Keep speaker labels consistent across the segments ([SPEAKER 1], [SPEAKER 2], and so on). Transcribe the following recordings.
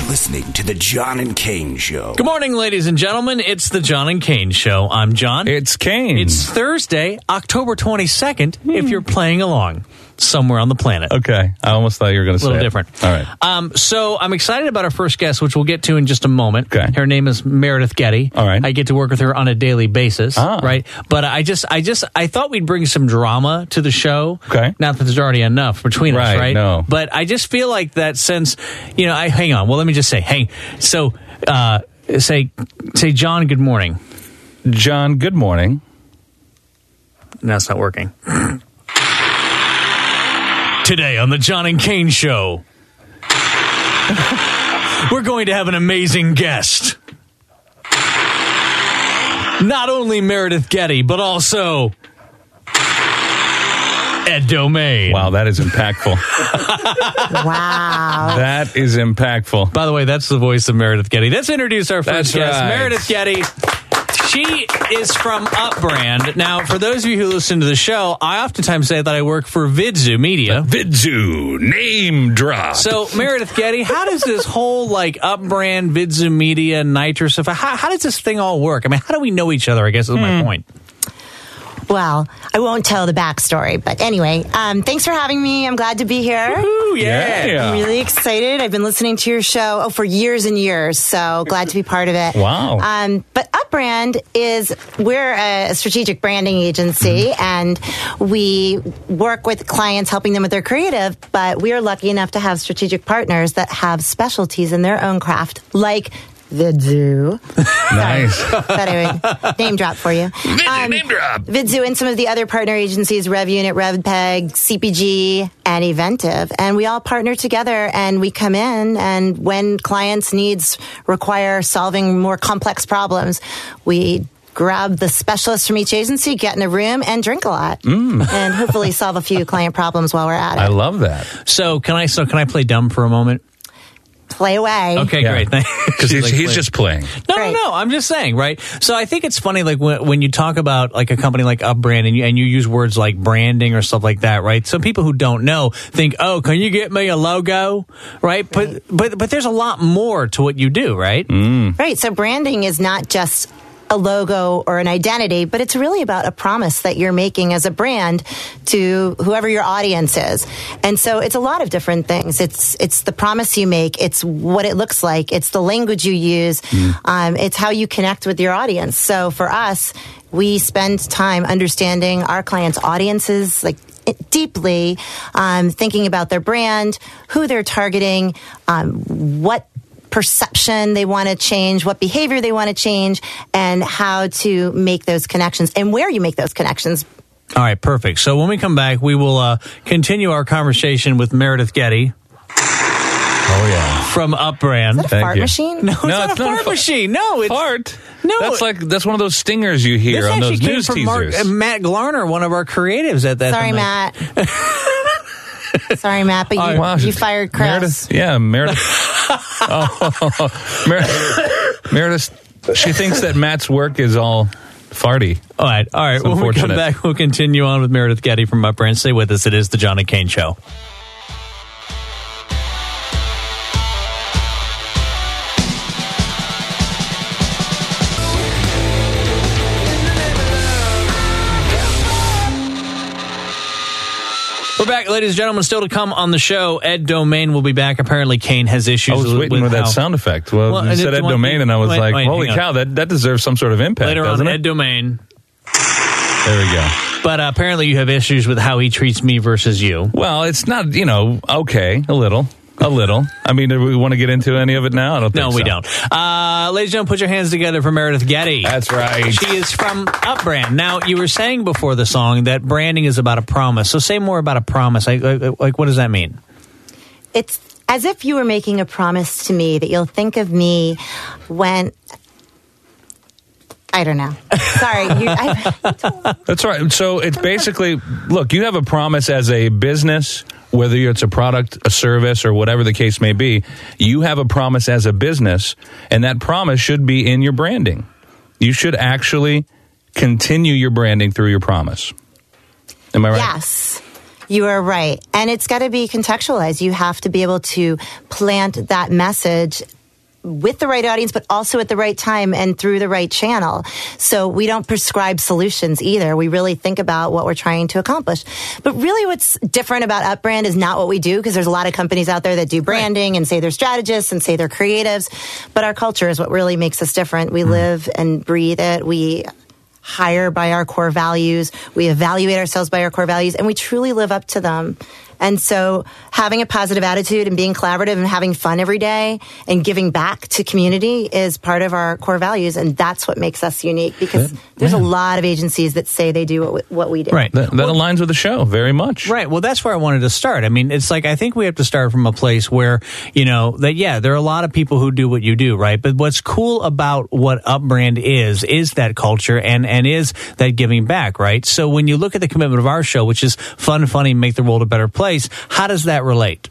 [SPEAKER 1] the John and Kane Show.
[SPEAKER 2] Good morning, ladies and gentlemen. It's the John and Kane Show. I'm John.
[SPEAKER 3] It's Kane. Hmm.
[SPEAKER 2] It's Thursday, October 22nd, if you're playing along somewhere on the planet.
[SPEAKER 3] okay. I almost thought you were going to say
[SPEAKER 2] A little
[SPEAKER 3] it.
[SPEAKER 2] different.
[SPEAKER 3] All right.
[SPEAKER 2] Um, so I'm excited about our first guest, which we'll get to in just a moment.
[SPEAKER 3] Okay.
[SPEAKER 2] Her name is Meredith Getty.
[SPEAKER 3] All right.
[SPEAKER 2] I get to work with her on a daily basis.
[SPEAKER 3] Ah.
[SPEAKER 2] Right. But I just, I just, I thought we'd bring some drama to the show.
[SPEAKER 3] Okay.
[SPEAKER 2] Not that there's already enough between us,
[SPEAKER 3] Right,
[SPEAKER 2] right?
[SPEAKER 3] no.
[SPEAKER 2] But I just feel like that since, you know, I hang on. Well, let me just say, hang. So, uh, say, say, John, good morning.
[SPEAKER 3] John, good morning.
[SPEAKER 2] No, it's not working. Today on the John and Kane Show, we're going to have an amazing guest. Not only Meredith Getty, but also Ed Domain.
[SPEAKER 3] Wow, that is impactful.
[SPEAKER 4] Wow.
[SPEAKER 3] that is impactful.
[SPEAKER 2] By the way, that's the voice of Meredith Getty. Let's introduce our first
[SPEAKER 3] That's
[SPEAKER 2] guest,
[SPEAKER 3] right.
[SPEAKER 2] Meredith Getty. She is from Upbrand. Now, for those of you who listen to the show, I oftentimes say that I work for Vidzu Media.
[SPEAKER 3] Vidzu name drop.
[SPEAKER 2] So Meredith Getty, how does this whole like upbrand Vidzu Media Nitro stuff? How, how does this thing all work? I mean, how do we know each other? I guess is
[SPEAKER 3] Hmm.
[SPEAKER 2] my point.
[SPEAKER 4] Well, I won't tell the backstory, but anyway, um, thanks for having me. I'm glad to be here.
[SPEAKER 2] Ooh,
[SPEAKER 3] yeah.
[SPEAKER 4] I'm really excited. I've been listening to your show oh, for years and years, so glad to be part of it.
[SPEAKER 3] Wow.
[SPEAKER 4] Um, but Upbrand is we're a strategic branding agency,
[SPEAKER 3] Mm-hmm.
[SPEAKER 4] and we work with clients, helping them with their creative. But we are lucky enough to have strategic partners that have specialties in their own craft, like Vidzu.
[SPEAKER 3] nice.
[SPEAKER 4] Thought I would name drop for you. Um,
[SPEAKER 3] Vidzu name drop.
[SPEAKER 4] Vidzu and some of the other partner agencies, RevUnit, RevPeg, CPG, and Eventive. And we all partner together and we come in and when clients' needs require solving more complex problems, we grab the specialists from each agency, get in a room and drink a lot. And hopefully solve a few client problems while we're at it.
[SPEAKER 3] I love that.
[SPEAKER 2] So can I? So can I play dumb for a moment?
[SPEAKER 4] Play away.
[SPEAKER 2] Okay,
[SPEAKER 3] Yeah.
[SPEAKER 2] great. Thank-
[SPEAKER 3] Because he's,
[SPEAKER 2] Like,
[SPEAKER 3] he's
[SPEAKER 2] play-
[SPEAKER 3] just playing.
[SPEAKER 2] no,
[SPEAKER 4] Right.
[SPEAKER 2] no, no. I'm just saying, right? So I think it's funny, like when, when you talk about like a company like Upbrand and you, and you use words like branding or stuff like that, right? Some people who don't know think, "Oh, can you get me a logo?" Right? But but but there's a lot more to what you do, right?
[SPEAKER 4] Right. So branding is not just a logo or an identity, but it's really about a promise that you're making as a brand to whoever your audience is. And so it's a lot of different things. It's it's the promise you make, it's what it looks like, it's the language you use, um, it's how you connect with your audience. So for us, we spend time understanding our clients' audiences, like it deeply, um, thinking about their brand, who they're targeting, um, what perception they want to change, what behavior they want to change, and how to make those connections and where you make those connections.
[SPEAKER 2] All right, perfect. So when we come back, we will uh, continue our conversation with Meredith Getty
[SPEAKER 3] Oh, yeah.
[SPEAKER 2] from Upbrand.
[SPEAKER 3] Thank
[SPEAKER 4] Fart
[SPEAKER 3] you.
[SPEAKER 4] machine?
[SPEAKER 2] No, it's not a fart
[SPEAKER 3] fu-
[SPEAKER 2] machine. No, it's
[SPEAKER 3] Fart?
[SPEAKER 2] No,
[SPEAKER 3] That's like, that's one of those stingers you
[SPEAKER 2] this
[SPEAKER 3] hear on
[SPEAKER 2] actually
[SPEAKER 3] those
[SPEAKER 2] came
[SPEAKER 3] news
[SPEAKER 2] from Mark,
[SPEAKER 3] teasers.
[SPEAKER 2] uh, Matt Glarner, one of our creatives at that.
[SPEAKER 4] Sorry,
[SPEAKER 2] the-
[SPEAKER 4] Matt. Sorry, Matt, but you,
[SPEAKER 3] Wow,
[SPEAKER 4] you
[SPEAKER 3] she's-
[SPEAKER 4] fired
[SPEAKER 3] Meredith,
[SPEAKER 4] Chris.
[SPEAKER 3] yeah, Meredith. oh, Mer- Meredith, she thinks that Matt's work is all farty.
[SPEAKER 2] All right, all right.
[SPEAKER 3] It's
[SPEAKER 2] When we come
[SPEAKER 3] unfortunate.
[SPEAKER 2] back, we'll continue on with Meredith Getty from Upbrand. Stay with us. It is the John and Kane Show. We're back, ladies and gentlemen. Still to come on the show, Ed Domain will be back. Apparently, Kane has issues.
[SPEAKER 3] I was
[SPEAKER 2] with,
[SPEAKER 3] waiting with that
[SPEAKER 2] how-
[SPEAKER 3] sound effect. Well,
[SPEAKER 2] Well,
[SPEAKER 3] you
[SPEAKER 2] and
[SPEAKER 3] said
[SPEAKER 2] it's
[SPEAKER 3] Ed
[SPEAKER 2] one
[SPEAKER 3] Domain,
[SPEAKER 2] thing-
[SPEAKER 3] and I was
[SPEAKER 2] wait,
[SPEAKER 3] like,
[SPEAKER 2] wait,
[SPEAKER 3] holy
[SPEAKER 2] hang on.
[SPEAKER 3] cow, that, that deserves some sort of impact,
[SPEAKER 2] Later
[SPEAKER 3] doesn't
[SPEAKER 2] on,
[SPEAKER 3] it?
[SPEAKER 2] Ed Domain.
[SPEAKER 3] there we go.
[SPEAKER 2] But uh, apparently, you have issues with how he treats me versus you.
[SPEAKER 3] Well, it's not, you know, okay, a little. A little. I mean, do we want to get into any of it now? I don't think
[SPEAKER 2] No, we
[SPEAKER 3] so.
[SPEAKER 2] don't. Uh, ladies and gentlemen, put your hands together for Meredith Getty.
[SPEAKER 3] That's right.
[SPEAKER 2] She is from Upbrand. Now, you were saying before the song that branding is about a promise. So say more about a promise. Like, like, like what does that mean?
[SPEAKER 4] It's as if you were making a promise to me that you'll think of me when. I don't know. Sorry. You, I,
[SPEAKER 3] That's right. So it's basically look, you have a promise as a business, whether it's a product, a service, or whatever the case may be, you have a promise as a business, and that promise should be in your branding. You should actually continue your branding through your promise. Am I right?
[SPEAKER 4] Yes. You are right. And it's got to be contextualized. You have to be able to plant that message with the right audience, but also at the right time and through the right channel. So we don't prescribe solutions either. We really think about what we're trying to accomplish. But really what's different about UpBrand is not what we do because there's a lot of companies out there that do branding and say they're strategists and say they're creatives. But our culture is what really makes us different.
[SPEAKER 3] Mm-hmm.
[SPEAKER 4] We live and breathe it. We hire by our core values. We evaluate ourselves by our core values and we truly live up to them. And so having a positive attitude and being collaborative and having fun every day and giving back to community is part of our core values. And that's what makes us unique because there's a lot of agencies that say they do what we, what we do.
[SPEAKER 2] Right.
[SPEAKER 3] That, that aligns with the show very much.
[SPEAKER 2] Right. Well, that's where I wanted to start. I mean, it's like I think we have to start from a place where, you know, that yeah, there are a lot of people who do what you do, right? But what's cool about what Upbrand is is that culture and and is that giving back, right? So when you look at the commitment of our show, which is fun, funny, make the world a better place, how does that relate?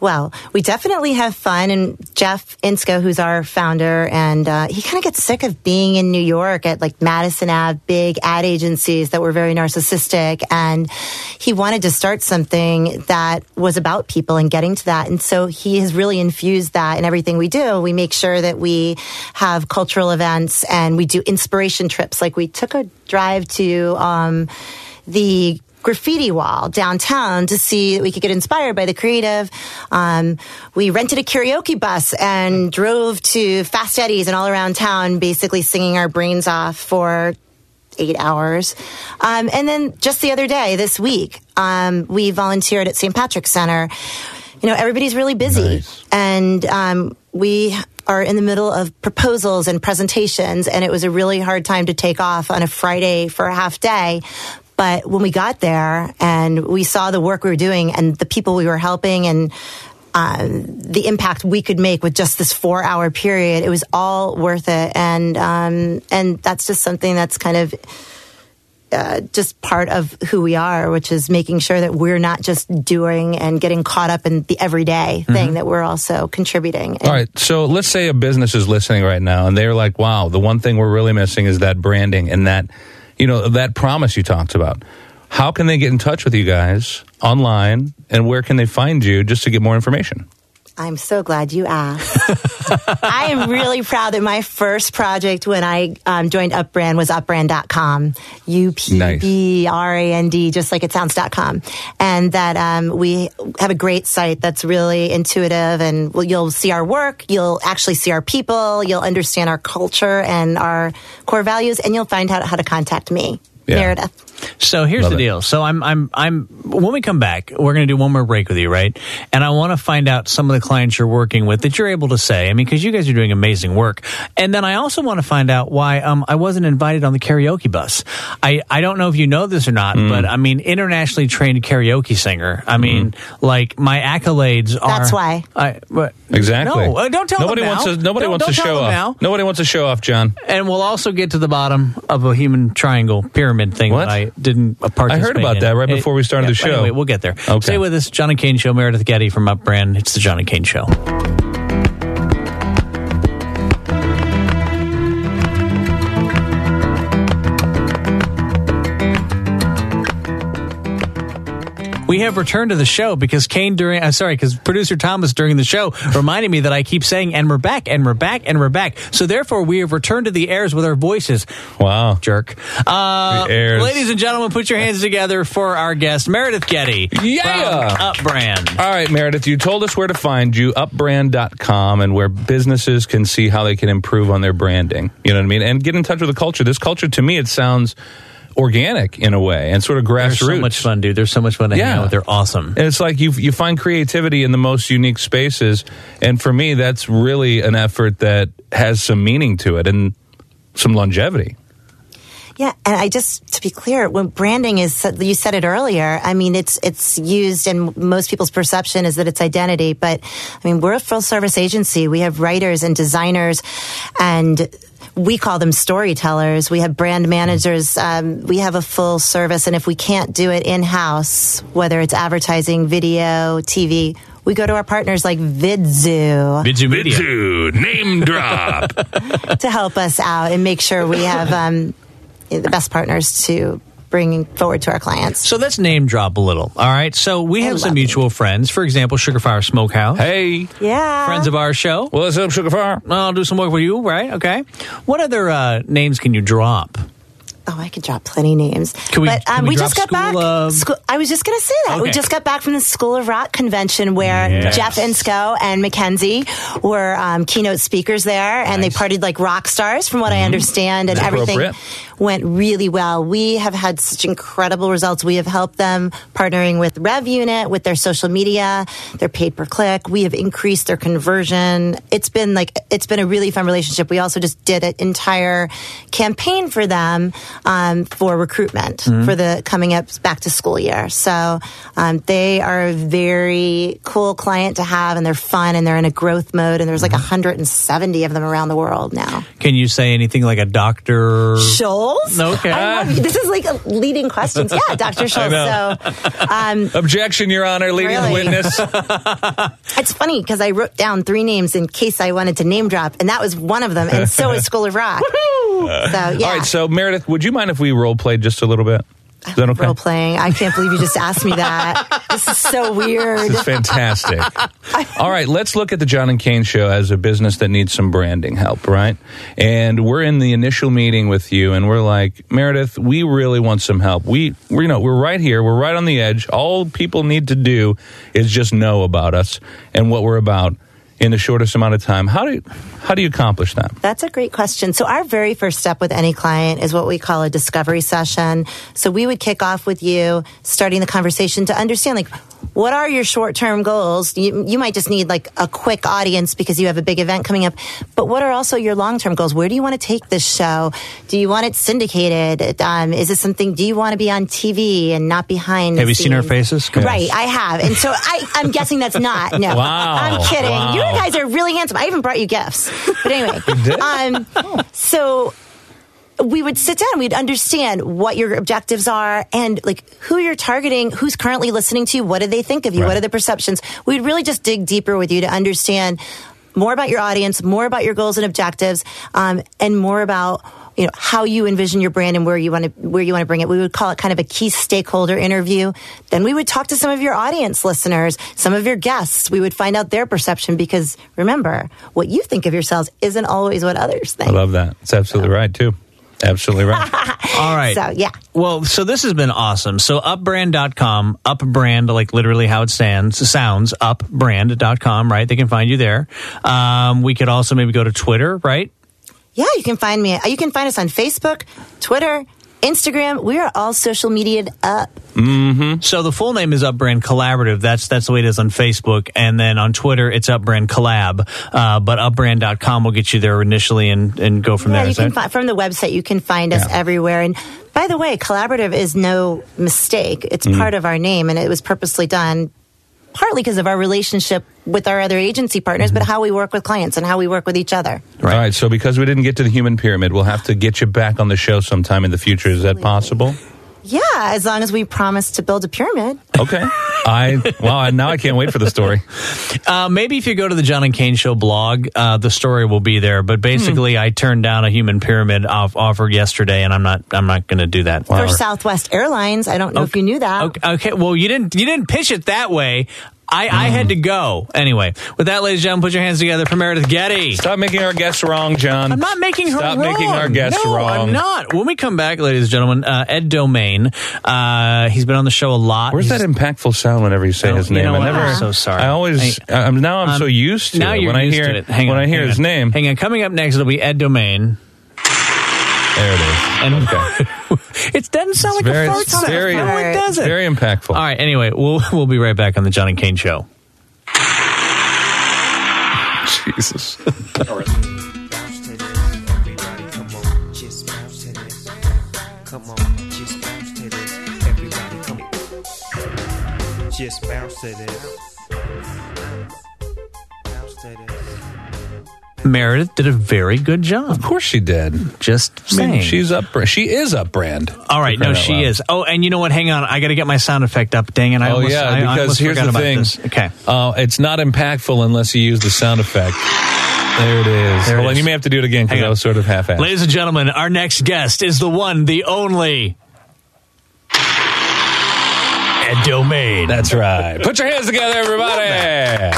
[SPEAKER 4] Well, we definitely have fun. And Jeff Insko, who's our founder, and uh, he kind of gets sick of being in New York at like Madison Ave, big ad agencies that were very narcissistic. And he wanted to start something that was about people and getting to that. And so he has really infused that in everything we do. We make sure that we have cultural events and we do inspiration trips. Like we took a drive to um, the graffiti wall downtown to see that we could get inspired by the creative. Um, we rented a karaoke bus and drove to Fast Eddie's and all around town, basically singing our brains off for eight hours. Um, and then just the other day, this week, um, we volunteered at St. Patrick's Center. You know, everybody's really busy.
[SPEAKER 3] Nice.
[SPEAKER 4] And um, we are in the middle of proposals and presentations, and it was a really hard time to take off on a Friday for a half day. But when we got there and we saw the work we were doing and the people we were helping and um, the impact we could make with just this four-hour period, it was all worth it. And um, and that's just something that's kind of uh, just part of who we are, which is making sure that we're not just doing and getting caught up in the everyday thing that we're also contributing. And
[SPEAKER 3] Mm-hmm. All right. So let's say a business is listening right now and they're like, wow, the one thing we're really missing is that branding and that, you know, that promise you talked about. How can they get in touch with you guys online and where can they find you just to get more information?
[SPEAKER 4] I'm so glad you asked. I am really proud that my first project when I um, joined UpBrand was upbrand.com. U P B R A N D, just like it sounds.com. And that um, we have a great site that's really intuitive and well, you'll see our work, you'll actually see our people, you'll understand our culture and our core values, and you'll find out how to contact me,
[SPEAKER 3] Yeah.
[SPEAKER 4] Meredith.
[SPEAKER 2] So here's
[SPEAKER 3] Love
[SPEAKER 2] the
[SPEAKER 3] it.
[SPEAKER 2] deal. So I'm I'm I'm when we come back, we're going to do one more break with you, right? And I want to find out some of the clients you're working with that you're able to say. I mean, because you guys are doing amazing work. And then I also want to find out why um, I wasn't invited on the karaoke bus. I I don't know if you know this or
[SPEAKER 3] Mm.
[SPEAKER 2] not, but I mean, internationally trained karaoke singer. I mean, like my accolades are.
[SPEAKER 4] That's why.
[SPEAKER 2] I, but,
[SPEAKER 3] Exactly.
[SPEAKER 2] No, uh, don't tell
[SPEAKER 3] nobody
[SPEAKER 2] them
[SPEAKER 3] wants
[SPEAKER 2] now.
[SPEAKER 3] to. Nobody
[SPEAKER 2] Don't-
[SPEAKER 3] wants
[SPEAKER 2] don't
[SPEAKER 3] to
[SPEAKER 2] tell
[SPEAKER 3] show
[SPEAKER 2] them
[SPEAKER 3] off.
[SPEAKER 2] now.
[SPEAKER 3] Nobody wants to show off, John.
[SPEAKER 2] And we'll also get to the bottom of a human triangle pyramid thing
[SPEAKER 3] What?
[SPEAKER 2] that I didn't uh, participate.
[SPEAKER 3] about
[SPEAKER 2] in.
[SPEAKER 3] that right
[SPEAKER 2] It-
[SPEAKER 3] before we started the show.
[SPEAKER 2] Anyway, we'll get there.
[SPEAKER 3] Okay.
[SPEAKER 2] Stay with us, John and Kane Show. Meredith Getty from UpBrand. It's the John and Kane Show. We have returned to the show because Kane during, I'm sorry, because producer Thomas during the show reminded me that I keep saying, and we're back, and we're back, and we're back. So therefore, we have returned to the airs with our voices.
[SPEAKER 3] Wow.
[SPEAKER 2] Jerk. Uh,
[SPEAKER 3] The airs.
[SPEAKER 2] ladies and gentlemen, put your hands together for our guest, Meredith Getty.
[SPEAKER 3] Yeah.
[SPEAKER 2] From Upbrand.
[SPEAKER 3] All right, Meredith, you told us where to find you, upbrand.com, and where businesses can see how they can improve on their branding. You know what I mean? And get in touch with the culture. This culture, to me, it sounds organic in a way and sort of grassroots.
[SPEAKER 2] They're so much fun, dude. They're so much fun to hang
[SPEAKER 3] Yeah.
[SPEAKER 2] out with. They're awesome.
[SPEAKER 3] And it's like you you find creativity in the most unique spaces, and for me, that's really an effort that has some meaning to it and some longevity.
[SPEAKER 4] Yeah, and I just to be clear, when branding is you said it earlier. I mean, it's it's used, and most people's perception is that it's identity. But I mean, we're a full service agency. We have writers and designers, and we call them storytellers. We have brand managers. Um, we have a full service, and if we can't do it in house, whether it's advertising, video, TV, we go to our partners like VidZoo
[SPEAKER 2] Vidzu Media.
[SPEAKER 3] Dude, name drop.
[SPEAKER 4] to help us out and make sure we have um, the best partners to bringing forward to our clients.
[SPEAKER 2] So let's name drop a little. All right. So we
[SPEAKER 4] I
[SPEAKER 2] have some
[SPEAKER 4] love
[SPEAKER 2] mutual friends. For example, Sugar Fire Smokehouse,
[SPEAKER 3] Hey,
[SPEAKER 4] Yeah.
[SPEAKER 2] friends of our show.
[SPEAKER 3] what's up, Sugar Fire?
[SPEAKER 2] I'll do some work with you, right? Okay. What other uh, names can you drop?
[SPEAKER 4] Oh, I could drop plenty names.
[SPEAKER 2] Can we-
[SPEAKER 4] but um,
[SPEAKER 2] can we
[SPEAKER 4] we
[SPEAKER 2] drop
[SPEAKER 4] just got
[SPEAKER 2] School
[SPEAKER 4] back.
[SPEAKER 2] of-
[SPEAKER 4] Scho- I was just going to say that. We
[SPEAKER 2] Okay.
[SPEAKER 4] just got back from the School of Rock convention where
[SPEAKER 2] Yes.
[SPEAKER 4] Jeff Ensko and Mackenzie were um, keynote speakers there, and they partied like rock stars, from
[SPEAKER 2] Mm-hmm.
[SPEAKER 4] what I understand, and
[SPEAKER 3] That's
[SPEAKER 4] everything
[SPEAKER 3] appropriate.
[SPEAKER 4] went really well. We have had such incredible results. We have helped them partnering with Rev Unit, with their social media, their paid per click. We have increased their conversion. It's been like, it's been a really fun relationship. We also just did an entire campaign for them um, for recruitment
[SPEAKER 3] Mm-hmm.
[SPEAKER 4] for the coming up back to school year. So um, they are a very cool client to have and they're fun and they're in a growth mode. And there's
[SPEAKER 3] Mm-hmm.
[SPEAKER 4] like 170 of them around the world now.
[SPEAKER 2] Can you say anything like a doctor?
[SPEAKER 4] Scholes?
[SPEAKER 2] Okay.
[SPEAKER 4] I love you. This is like a leading questions. Yeah, Dr. Scholes. So um,
[SPEAKER 3] Objection, Your Honor, leading
[SPEAKER 4] Really?
[SPEAKER 3] witness.
[SPEAKER 4] it's funny because I wrote down three names in case I wanted to name drop, and that was one of them. And so is School of Rock. so, yeah.
[SPEAKER 3] All right, so Meredith, would you mind if we role played just a little bit? Is that okay?
[SPEAKER 4] Role playing. I can't believe you just asked me that. this is so weird.
[SPEAKER 3] It's fantastic. All right, let's look at the John and Kane show as a business that needs some branding help, right? And we're in the initial meeting with you, and we're like, Meredith, we really want some help. We, we you know, we're right here, we're right on the edge. All people need to do is just know about us and what we're about in the shortest amount of time. How do you, how do you accomplish that?
[SPEAKER 4] That's a great question. So, our very first step with any client is what we call a discovery session. So, we would kick off with you starting the conversation to understand, like, what are your short term goals? You, you might just need like a quick audience because you have a big event coming up. But what are also your long term goals? Where do you want to take this show? Do you want it syndicated? Um, is this something, do you want to be on TV and not behind? the
[SPEAKER 2] Have you seen our
[SPEAKER 4] scenes?
[SPEAKER 2] faces? Come on.
[SPEAKER 4] Right, I have. And so I, I'm guessing that's not. No.
[SPEAKER 3] Wow.
[SPEAKER 4] I'm kidding.
[SPEAKER 3] Wow.
[SPEAKER 4] You guys are really handsome. I even brought you gifts. But anyway. Um, so we would sit down we'd understand what your objectives are and like who you're targeting who's currently listening to you what do they think of you what
[SPEAKER 3] Right.
[SPEAKER 4] are the perceptions we'd really just dig deeper with you to understand more about your audience more about your goals and objectives um, and more about you know how you envision your brand and where you want to where you want to bring it we would call it kind of a key stakeholder interview then we would talk to some of your audience listeners some of your guests we would find out their perception because remember what you think of yourselves isn't always what others think
[SPEAKER 3] I love that. It's absolutely right, too. Absolutely right.
[SPEAKER 2] All right.
[SPEAKER 4] So, yeah.
[SPEAKER 2] Well, so this has been awesome. So upbrand.com, upbrand, like literally how it stands, sounds, upbrand.com, right? They can find you there. Um, we could also maybe go to Twitter, right?
[SPEAKER 4] Yeah, you can find me. uh, You can find us on Facebook, Twitter, Instagram. We are all social media uh, up.
[SPEAKER 2] So the full name is Upbrand Collaborative. That's that's the way it is on Facebook. And then on Twitter, it's Upbrand Collab. Uh, but upbrand.com will get you there initially and, and go from
[SPEAKER 4] yeah,
[SPEAKER 2] there.
[SPEAKER 4] you
[SPEAKER 2] Is
[SPEAKER 4] can
[SPEAKER 2] that-
[SPEAKER 4] find from the website. You can find us
[SPEAKER 3] Yeah.
[SPEAKER 4] everywhere. And by the way, collaborative is no mistake. It's part of our name, and it was purposely done. Partly because of our relationship with our other agency partners, but how we work with clients and how we work with each other.
[SPEAKER 3] All right, so because we didn't get to the human pyramid, we'll have to get you back on the show sometime in the future. Is that possible?
[SPEAKER 4] Yeah, as long as we promise to build a pyramid.
[SPEAKER 3] Okay. I wow. Now I can't wait for the story.
[SPEAKER 2] Uh, maybe if you go to the John and Kane Show blog, uh, the story will be there. But basically,
[SPEAKER 4] Hmm.
[SPEAKER 2] I turned down a human pyramid off- offer yesterday, and I'm not I'm not going to do that.
[SPEAKER 4] For Southwest Airlines, I don't know if you knew that.
[SPEAKER 2] Okay, okay. Well, you didn't you didn't pitch it that way. I, I had to go anyway. With that, ladies and gentlemen, put your hands together for Meredith Getty.
[SPEAKER 3] Stop making our guests wrong, John.
[SPEAKER 2] I'm not making her
[SPEAKER 3] Stop
[SPEAKER 2] wrong.
[SPEAKER 3] making our guests
[SPEAKER 2] no,
[SPEAKER 3] wrong.
[SPEAKER 2] I'm not. When we come back, ladies and gentlemen, uh, Ed Domain. Uh, he's been on the show a lot.
[SPEAKER 3] Where's
[SPEAKER 2] He's-
[SPEAKER 3] that impactful sound whenever you say
[SPEAKER 2] Oh,
[SPEAKER 3] his
[SPEAKER 2] you
[SPEAKER 3] name?
[SPEAKER 2] know
[SPEAKER 3] I
[SPEAKER 2] what?
[SPEAKER 3] never.
[SPEAKER 2] I'm so sorry.
[SPEAKER 3] I always. I, am now. I'm so
[SPEAKER 2] Um,
[SPEAKER 3] used to
[SPEAKER 2] now
[SPEAKER 3] it.
[SPEAKER 2] you're
[SPEAKER 3] when
[SPEAKER 2] used
[SPEAKER 3] I hear
[SPEAKER 2] to it. Hang
[SPEAKER 3] when
[SPEAKER 2] on,
[SPEAKER 3] I hear
[SPEAKER 2] hang
[SPEAKER 3] his
[SPEAKER 2] on.
[SPEAKER 3] name.
[SPEAKER 2] Hang on. Coming up next, it'll be Ed Domain.
[SPEAKER 3] There it is.
[SPEAKER 2] And it doesn't sound like
[SPEAKER 3] very-
[SPEAKER 2] a fart
[SPEAKER 3] it's
[SPEAKER 2] sound.
[SPEAKER 3] very-
[SPEAKER 2] no, it
[SPEAKER 3] It's
[SPEAKER 2] doesn't.
[SPEAKER 3] very impactful.
[SPEAKER 2] All right. Anyway, we'll we'll be right back on the John and Kane show.
[SPEAKER 3] Jesus.
[SPEAKER 5] bounce to this. Everybody, come on, just bounce to this. Come on, just bounce to this. Everybody, come on. Just bounce to this. Bounce to this.
[SPEAKER 2] Meredith did a very good job.
[SPEAKER 3] Of course she did.
[SPEAKER 2] Just
[SPEAKER 3] I
[SPEAKER 2] saying.
[SPEAKER 3] mean, she's up. She is up brand.
[SPEAKER 2] all right. No, she is. Oh, and you know what? Hang on. I got to get my sound effect up. Dang it! I
[SPEAKER 3] Oh
[SPEAKER 2] almost,
[SPEAKER 3] yeah,
[SPEAKER 2] I, I
[SPEAKER 3] because
[SPEAKER 2] almost
[SPEAKER 3] here's
[SPEAKER 2] forgot
[SPEAKER 3] the
[SPEAKER 2] about
[SPEAKER 3] thing.
[SPEAKER 2] This. Okay.
[SPEAKER 3] Uh, it's not impactful unless you use the sound effect. There it is.
[SPEAKER 2] There it
[SPEAKER 3] well,
[SPEAKER 2] is.
[SPEAKER 3] and you may have to do it again
[SPEAKER 2] Hang
[SPEAKER 3] because
[SPEAKER 2] on.
[SPEAKER 3] I was sort of half-assed.
[SPEAKER 2] Ladies and gentlemen, our next guest is the one, the only that domain.
[SPEAKER 3] That's right. Put your hands together, everybody.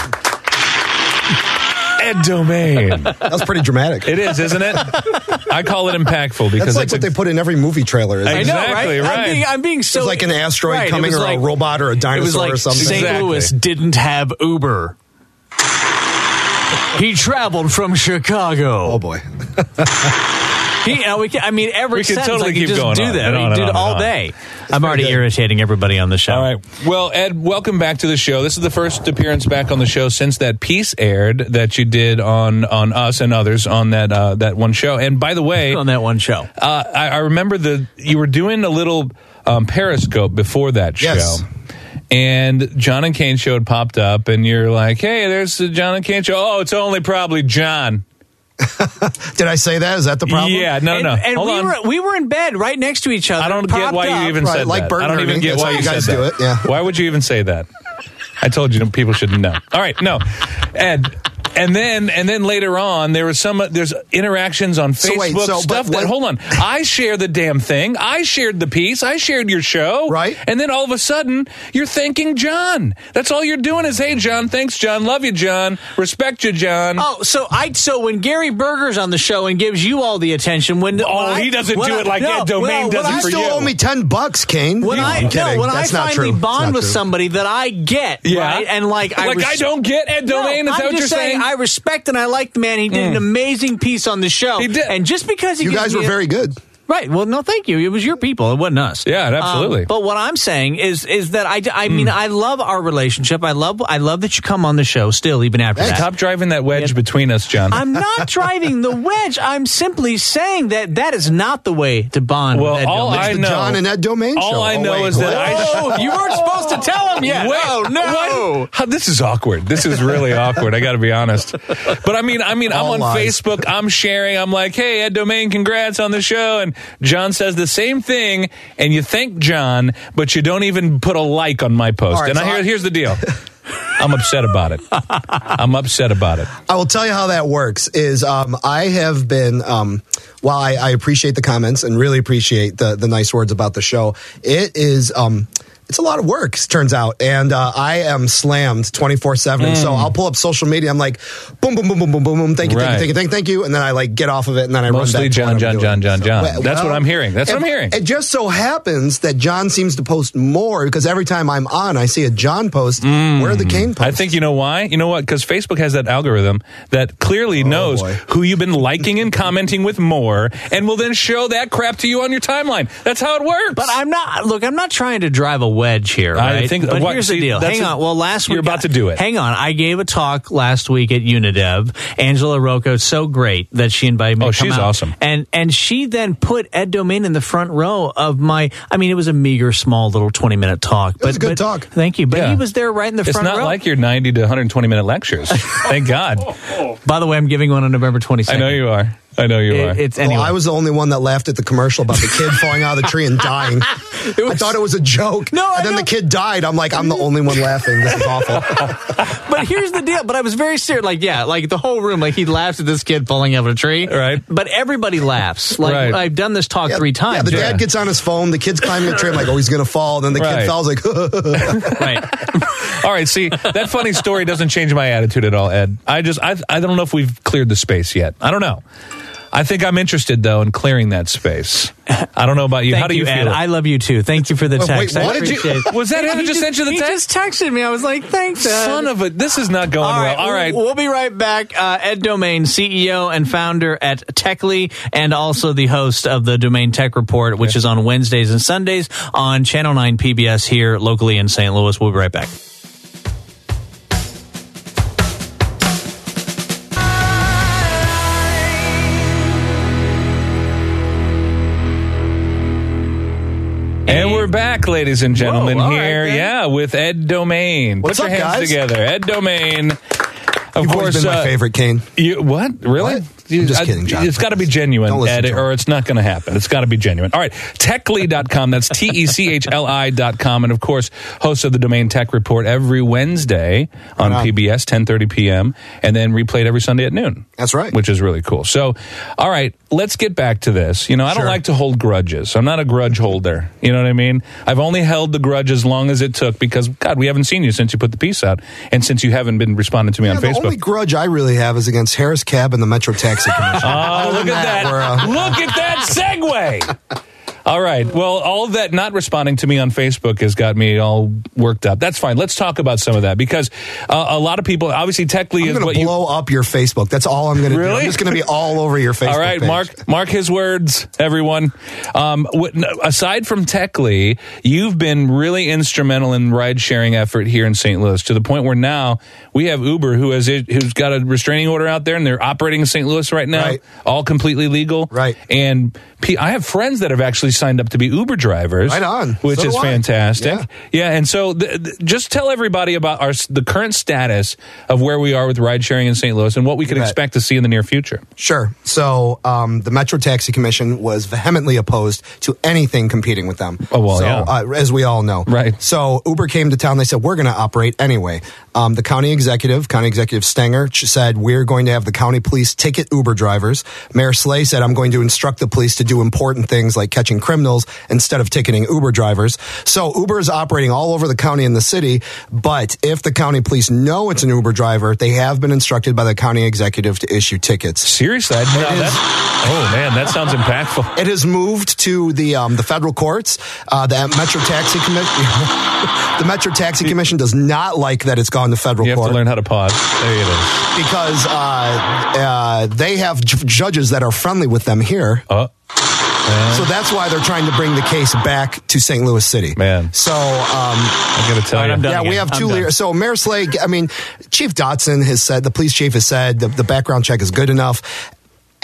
[SPEAKER 3] Ed Domain.
[SPEAKER 6] That was pretty dramatic.
[SPEAKER 3] It is, isn't it? I call it impactful because
[SPEAKER 6] That's like
[SPEAKER 3] it's a-
[SPEAKER 6] what they put in every movie trailer. isn't
[SPEAKER 2] I
[SPEAKER 6] it?
[SPEAKER 2] know,
[SPEAKER 3] Exactly,
[SPEAKER 2] right?
[SPEAKER 3] right.
[SPEAKER 2] I'm, being, I'm being so
[SPEAKER 6] It's like an asteroid
[SPEAKER 2] Right, it
[SPEAKER 6] coming
[SPEAKER 2] was
[SPEAKER 6] or
[SPEAKER 2] like-
[SPEAKER 6] a robot or a
[SPEAKER 2] It was
[SPEAKER 6] dinosaur
[SPEAKER 2] like
[SPEAKER 6] or something.
[SPEAKER 2] St.
[SPEAKER 3] Exactly.
[SPEAKER 2] Louis didn't have Uber. he traveled from Chicago.
[SPEAKER 6] Oh boy.
[SPEAKER 2] He, you know, we can, I mean, every
[SPEAKER 3] We could
[SPEAKER 2] sentence
[SPEAKER 3] totally
[SPEAKER 2] I could
[SPEAKER 3] keep
[SPEAKER 2] just
[SPEAKER 3] going
[SPEAKER 2] do
[SPEAKER 3] on
[SPEAKER 2] that.
[SPEAKER 3] and
[SPEAKER 2] We
[SPEAKER 3] on and
[SPEAKER 2] did
[SPEAKER 3] on and
[SPEAKER 2] all
[SPEAKER 3] on.
[SPEAKER 2] day. I'm already irritating everybody on the show.
[SPEAKER 3] All right. Well, Ed, welcome back to the show. This is the first appearance back on the show since that piece aired that you did on on us and others on that uh, that one show. And by the way,
[SPEAKER 2] on that one show.
[SPEAKER 3] Uh, I, I remember the you were doing a little um, Periscope before that show.
[SPEAKER 6] Yes.
[SPEAKER 3] And John and Kane show had popped up, and you're like, "Hey, there's the John and Kane show. Oh, it's only probably John.
[SPEAKER 6] Did I say that? Is that the problem?
[SPEAKER 3] Yeah, no,
[SPEAKER 2] and
[SPEAKER 3] no.
[SPEAKER 2] and
[SPEAKER 3] Hold
[SPEAKER 2] we
[SPEAKER 3] on.
[SPEAKER 2] were we were in bed right next to each other.
[SPEAKER 3] I don't
[SPEAKER 2] It
[SPEAKER 3] get
[SPEAKER 2] popped
[SPEAKER 3] why
[SPEAKER 2] up.
[SPEAKER 3] you even
[SPEAKER 6] Right,
[SPEAKER 3] said
[SPEAKER 6] like
[SPEAKER 3] that.
[SPEAKER 6] burn
[SPEAKER 3] I don't even
[SPEAKER 6] earning.
[SPEAKER 3] get
[SPEAKER 6] That's
[SPEAKER 3] why
[SPEAKER 6] how
[SPEAKER 3] you
[SPEAKER 6] you guys
[SPEAKER 3] said
[SPEAKER 6] do
[SPEAKER 3] that.
[SPEAKER 6] it, yeah.
[SPEAKER 3] Why would you even say that? I told you people shouldn't know. All right, no, Ed. And then, and then later on, there was some. There's interactions on
[SPEAKER 6] So
[SPEAKER 3] Facebook
[SPEAKER 6] wait, so, but
[SPEAKER 3] stuff that.
[SPEAKER 6] what-
[SPEAKER 3] Hold on, I share the damn thing. I shared the piece. I shared your show.
[SPEAKER 6] Right.
[SPEAKER 3] And then all of a sudden, you're thanking John. That's all you're doing is, hey, John, thanks, John, love you, John, respect you, John.
[SPEAKER 2] Oh, so I so when Gary Berger's on the show and gives you all the attention when
[SPEAKER 3] Oh,
[SPEAKER 2] when I-
[SPEAKER 3] he doesn't
[SPEAKER 2] when
[SPEAKER 3] do
[SPEAKER 2] I-
[SPEAKER 3] it like
[SPEAKER 2] no,
[SPEAKER 3] Ed Domain
[SPEAKER 2] well, when
[SPEAKER 3] does it
[SPEAKER 2] I-
[SPEAKER 6] You
[SPEAKER 3] for
[SPEAKER 6] still
[SPEAKER 3] you.
[SPEAKER 6] owe me ten bucks, Kane.
[SPEAKER 2] When
[SPEAKER 6] No,
[SPEAKER 2] I
[SPEAKER 6] I'm kidding.
[SPEAKER 2] no, when
[SPEAKER 6] That's
[SPEAKER 2] I
[SPEAKER 6] not
[SPEAKER 2] finally
[SPEAKER 6] true. It's
[SPEAKER 2] bond
[SPEAKER 6] not
[SPEAKER 2] with
[SPEAKER 6] true.
[SPEAKER 2] somebody that I get,
[SPEAKER 3] Yeah.
[SPEAKER 2] right, and like I
[SPEAKER 3] Like, I don't get Ed Domain,
[SPEAKER 2] No,
[SPEAKER 3] is that
[SPEAKER 2] I'm
[SPEAKER 3] what
[SPEAKER 2] just
[SPEAKER 3] you're saying? Mm.
[SPEAKER 2] I respect and I like the man. He did an amazing piece on the show.
[SPEAKER 3] He did.
[SPEAKER 2] and just because he
[SPEAKER 6] You
[SPEAKER 2] gives
[SPEAKER 6] guys
[SPEAKER 2] me
[SPEAKER 6] were
[SPEAKER 2] a-
[SPEAKER 6] very good.
[SPEAKER 2] Right. Well, no, thank you. It was your people. It wasn't us.
[SPEAKER 3] Yeah,
[SPEAKER 2] Um,
[SPEAKER 3] absolutely. Hmm.
[SPEAKER 2] but what I'm saying is, is that I, I mean, I love our relationship. I love, I love that you come on the show still, even after that.
[SPEAKER 3] Stop driving that wedge between us, John.
[SPEAKER 2] I'm not driving the wedge. I'm simply saying that that is not the way to bond.
[SPEAKER 3] Well,
[SPEAKER 2] with Ed
[SPEAKER 3] all
[SPEAKER 2] Domain.
[SPEAKER 3] I
[SPEAKER 6] the
[SPEAKER 3] know,
[SPEAKER 6] John and Ed Domain
[SPEAKER 3] all
[SPEAKER 6] show.
[SPEAKER 3] I
[SPEAKER 6] Oh,
[SPEAKER 3] know
[SPEAKER 6] wait,
[SPEAKER 3] is that I.
[SPEAKER 2] Oh, you weren't supposed to tell him yet.
[SPEAKER 3] Wait,
[SPEAKER 2] no, no.
[SPEAKER 3] what? How- this is awkward. This is really awkward. I got to be honest. But I mean, I mean, I'm
[SPEAKER 6] All
[SPEAKER 3] on
[SPEAKER 6] lies.
[SPEAKER 3] Facebook. I'm sharing. I'm like, hey, Ed Domain, congrats on the show. And John says the same thing, and you thank John, but you don't even put a like on my post.
[SPEAKER 6] All right,
[SPEAKER 3] and I
[SPEAKER 6] so
[SPEAKER 3] hear,
[SPEAKER 6] I-
[SPEAKER 3] here's the deal. I'm upset about it. I'm upset about it.
[SPEAKER 6] I will tell you how that works. Is um, I have been um, while I, I appreciate the comments and really appreciate the the nice words about the show. It is. Um, it's a lot of work, it turns out, and uh, I am slammed twenty four seven.
[SPEAKER 3] Mm.
[SPEAKER 6] So I'll pull up social media. I'm like, boom, boom, boom, boom, boom, boom, boom. Thank you,
[SPEAKER 3] Right.
[SPEAKER 6] thank you, thank you, thank you, and then I like get off of it, and then I
[SPEAKER 3] Mostly
[SPEAKER 6] run back to what
[SPEAKER 3] John,
[SPEAKER 6] I'm
[SPEAKER 3] John,
[SPEAKER 6] doing.
[SPEAKER 3] John, John, John.
[SPEAKER 6] well,
[SPEAKER 3] That's what I'm hearing. That's what
[SPEAKER 6] it-
[SPEAKER 3] I'm hearing.
[SPEAKER 6] It just so happens that John seems to post more because every time I'm on, I see a John post. Where are the Kane posts?
[SPEAKER 3] Mm. I think you know why. You know what? Because Facebook has that algorithm that clearly knows
[SPEAKER 6] boy.
[SPEAKER 3] who you've been liking and commenting with more, and will then show that crap to you on your timeline. That's how it works.
[SPEAKER 2] But I'm not. Look, I'm not trying to drive a wedge here.
[SPEAKER 3] I
[SPEAKER 2] Right?
[SPEAKER 3] think-
[SPEAKER 2] but
[SPEAKER 3] what-
[SPEAKER 2] here's
[SPEAKER 3] see,
[SPEAKER 2] the deal.
[SPEAKER 3] that's
[SPEAKER 2] Hang
[SPEAKER 3] a-
[SPEAKER 2] on. Well, last week
[SPEAKER 3] you're about to do it.
[SPEAKER 2] Hang on. I gave a talk last week at Unidev. Angela Rocco, is so great that she invited me.
[SPEAKER 3] Oh,
[SPEAKER 2] to come
[SPEAKER 3] she's
[SPEAKER 2] out.
[SPEAKER 3] awesome.
[SPEAKER 2] And and she then put Ed Domain in the front row of my. I mean, it was a meager, small, little twenty minute talk. but
[SPEAKER 6] was a good
[SPEAKER 2] but-
[SPEAKER 6] talk.
[SPEAKER 2] Thank you. But
[SPEAKER 3] Yeah.
[SPEAKER 2] he was there right in the
[SPEAKER 3] it's
[SPEAKER 2] front
[SPEAKER 3] not
[SPEAKER 2] row.
[SPEAKER 3] like your 90 to 120 minute lectures. Thank God.
[SPEAKER 2] By the way, I'm giving one on November 22nd.
[SPEAKER 3] I know you are. I know you
[SPEAKER 2] It-
[SPEAKER 3] are.
[SPEAKER 2] it's anyway.
[SPEAKER 6] Well, I was the only one that laughed at the commercial about the kid falling out of the tree and dying. I thought it was a joke.
[SPEAKER 2] No, I
[SPEAKER 6] and then
[SPEAKER 2] know.
[SPEAKER 6] the kid died. I'm like, I'm the only one laughing. This is awful.
[SPEAKER 2] but here's the deal. But I was very serious. Like, yeah, like the whole room, like he laughs at this kid falling out of a tree.
[SPEAKER 3] Right.
[SPEAKER 2] But everybody laughs. Like
[SPEAKER 3] Right.
[SPEAKER 2] I've done this talk
[SPEAKER 6] Yeah,
[SPEAKER 2] three times.
[SPEAKER 6] Yeah, the
[SPEAKER 3] Yeah.
[SPEAKER 6] dad gets on his phone. The kid's climbing the tree. I'm like, oh, he's gonna fall. And then the
[SPEAKER 3] Right.
[SPEAKER 6] kid falls. Like,
[SPEAKER 2] right.
[SPEAKER 3] All right, see, that funny story doesn't change my attitude at all, Ed. I just I I don't know if we've cleared the space yet. I don't know. I think I'm interested though in clearing that space. I don't know about you.
[SPEAKER 2] Thank
[SPEAKER 3] How do
[SPEAKER 2] you,
[SPEAKER 3] you,
[SPEAKER 2] Ed.
[SPEAKER 3] feel?
[SPEAKER 2] I love you too. Thank you for the
[SPEAKER 6] wait,
[SPEAKER 2] text. I
[SPEAKER 6] what did you-
[SPEAKER 2] appreciate it.
[SPEAKER 3] was that Ed that just sent you the
[SPEAKER 2] he just
[SPEAKER 3] text?
[SPEAKER 2] texted me. I was like, thanks, Ed.
[SPEAKER 3] Son of a this is not going
[SPEAKER 2] All right,
[SPEAKER 3] well. All right.
[SPEAKER 2] We'll, we'll be right back. Uh, Ed Domain, CEO and founder at Techly, and also the host of the Domain Tech Report, which is on Wednesdays and Sundays on Channel 9 PBS here locally in St. Louis. We'll be right back.
[SPEAKER 3] And we're back, ladies and gentlemen,
[SPEAKER 2] Whoa, all right,
[SPEAKER 3] here,
[SPEAKER 2] then.
[SPEAKER 3] yeah, with Ed Domain.
[SPEAKER 6] What's
[SPEAKER 3] Put your
[SPEAKER 6] up,
[SPEAKER 3] hands
[SPEAKER 6] guys?
[SPEAKER 3] together, Ed Domain. Of
[SPEAKER 6] you've
[SPEAKER 3] course,
[SPEAKER 6] always been my
[SPEAKER 3] uh,
[SPEAKER 6] favorite, Kane.
[SPEAKER 3] You what? Really?
[SPEAKER 6] What?
[SPEAKER 3] you-
[SPEAKER 6] just
[SPEAKER 3] I-
[SPEAKER 6] kidding, John.
[SPEAKER 3] It's got to be genuine,
[SPEAKER 6] Don't listen
[SPEAKER 3] Ed,
[SPEAKER 6] to him.
[SPEAKER 3] or it's not going to happen. It's got to be genuine. All right, techly.com. That's T E C H L I.com. And of course, host of the Domain Tech Report every Wednesday on PBS, 10.30 p.m., and then replayed every Sunday at noon.
[SPEAKER 6] That's right.
[SPEAKER 3] Which is really cool. So, all right, let's get back to this. You know, I don't
[SPEAKER 6] Sure.
[SPEAKER 3] like to hold grudges. I'm not a grudge holder. You know what I mean? I've only held the grudge as long as it took because, God, we haven't seen you since you put the piece out and since you haven't been responding to me
[SPEAKER 6] Yeah,
[SPEAKER 3] on
[SPEAKER 6] the
[SPEAKER 3] Facebook.
[SPEAKER 6] only grudge I really have is against Harris Cab and the Metro Taxi Commission.
[SPEAKER 3] Oh,
[SPEAKER 6] Other
[SPEAKER 3] look at
[SPEAKER 6] than
[SPEAKER 3] that.
[SPEAKER 6] we're, uh,
[SPEAKER 3] Look at that segue. All right. Well, all of that not responding to me on Facebook has got me all worked up. That's fine. Let's talk about some of that because uh, a lot of people, obviously, Techly
[SPEAKER 6] I'm
[SPEAKER 3] is
[SPEAKER 6] going
[SPEAKER 3] what
[SPEAKER 6] to
[SPEAKER 3] you.
[SPEAKER 6] blow up your Facebook. That's all I'm going to do.
[SPEAKER 3] Really?
[SPEAKER 6] I'm just going to be all over your Facebook.
[SPEAKER 3] All right,
[SPEAKER 6] page.
[SPEAKER 3] mark mark his words, everyone. Um, what, no, aside from Techly, you've been really instrumental in ride sharing effort here in St. Louis to the point where now we have Uber, who has it- who's got a restraining order out there, and they're operating in St. Louis right now,
[SPEAKER 6] Right.
[SPEAKER 3] all completely legal.
[SPEAKER 6] Right.
[SPEAKER 3] And P- I have friends that have actually signed up to be Uber drivers.
[SPEAKER 6] Right on.
[SPEAKER 3] which
[SPEAKER 6] So
[SPEAKER 3] is
[SPEAKER 6] do I.
[SPEAKER 3] fantastic.
[SPEAKER 6] Yeah.
[SPEAKER 3] Yeah, and so th- th- just tell everybody about our s- the current status of where we are with ride sharing in St. Louis and what we can
[SPEAKER 6] bet.
[SPEAKER 3] expect to see in the near future.
[SPEAKER 6] Sure. So um, the Metro Taxi Commission was vehemently opposed to anything competing with them.
[SPEAKER 3] Oh, well,
[SPEAKER 6] so,
[SPEAKER 3] yeah.
[SPEAKER 6] uh, as we all know.
[SPEAKER 3] Right.
[SPEAKER 6] So Uber came to town. They said we're going to operate anyway. Um, the county executive, county executive Stenger, ch- said we're going to have the county police ticket Uber drivers. Mayor Slay said I'm going to instruct the police to do important things like catching criminals instead of ticketing Uber drivers. So Uber is operating all over the county and the city. But if the county police know it's an Uber driver, they have been instructed by the county executive to issue tickets.
[SPEAKER 3] Seriously, I no, that's, oh man, that sounds impactful.
[SPEAKER 6] It has moved to the um, the federal courts. Uh, the Metro Taxi Commission, the Metro Taxi Commission does not like that it's gone to federal
[SPEAKER 3] You have
[SPEAKER 6] court
[SPEAKER 3] to learn how to pause. There it is.
[SPEAKER 6] because uh, uh, they have j- judges that are friendly with them here.
[SPEAKER 3] Oh,
[SPEAKER 6] So that's why they're trying to bring the case back to St. Louis City.
[SPEAKER 3] Man.
[SPEAKER 6] so um,
[SPEAKER 3] I'm gonna tell
[SPEAKER 2] All right,
[SPEAKER 3] you.
[SPEAKER 2] I'm done.
[SPEAKER 6] yeah, we
[SPEAKER 2] again.
[SPEAKER 6] have
[SPEAKER 2] I'm
[SPEAKER 6] two.
[SPEAKER 2] done.
[SPEAKER 6] leaders. so Mayor Slay, I mean, Chief Dotson has said the police chief has said the, the background check is good enough.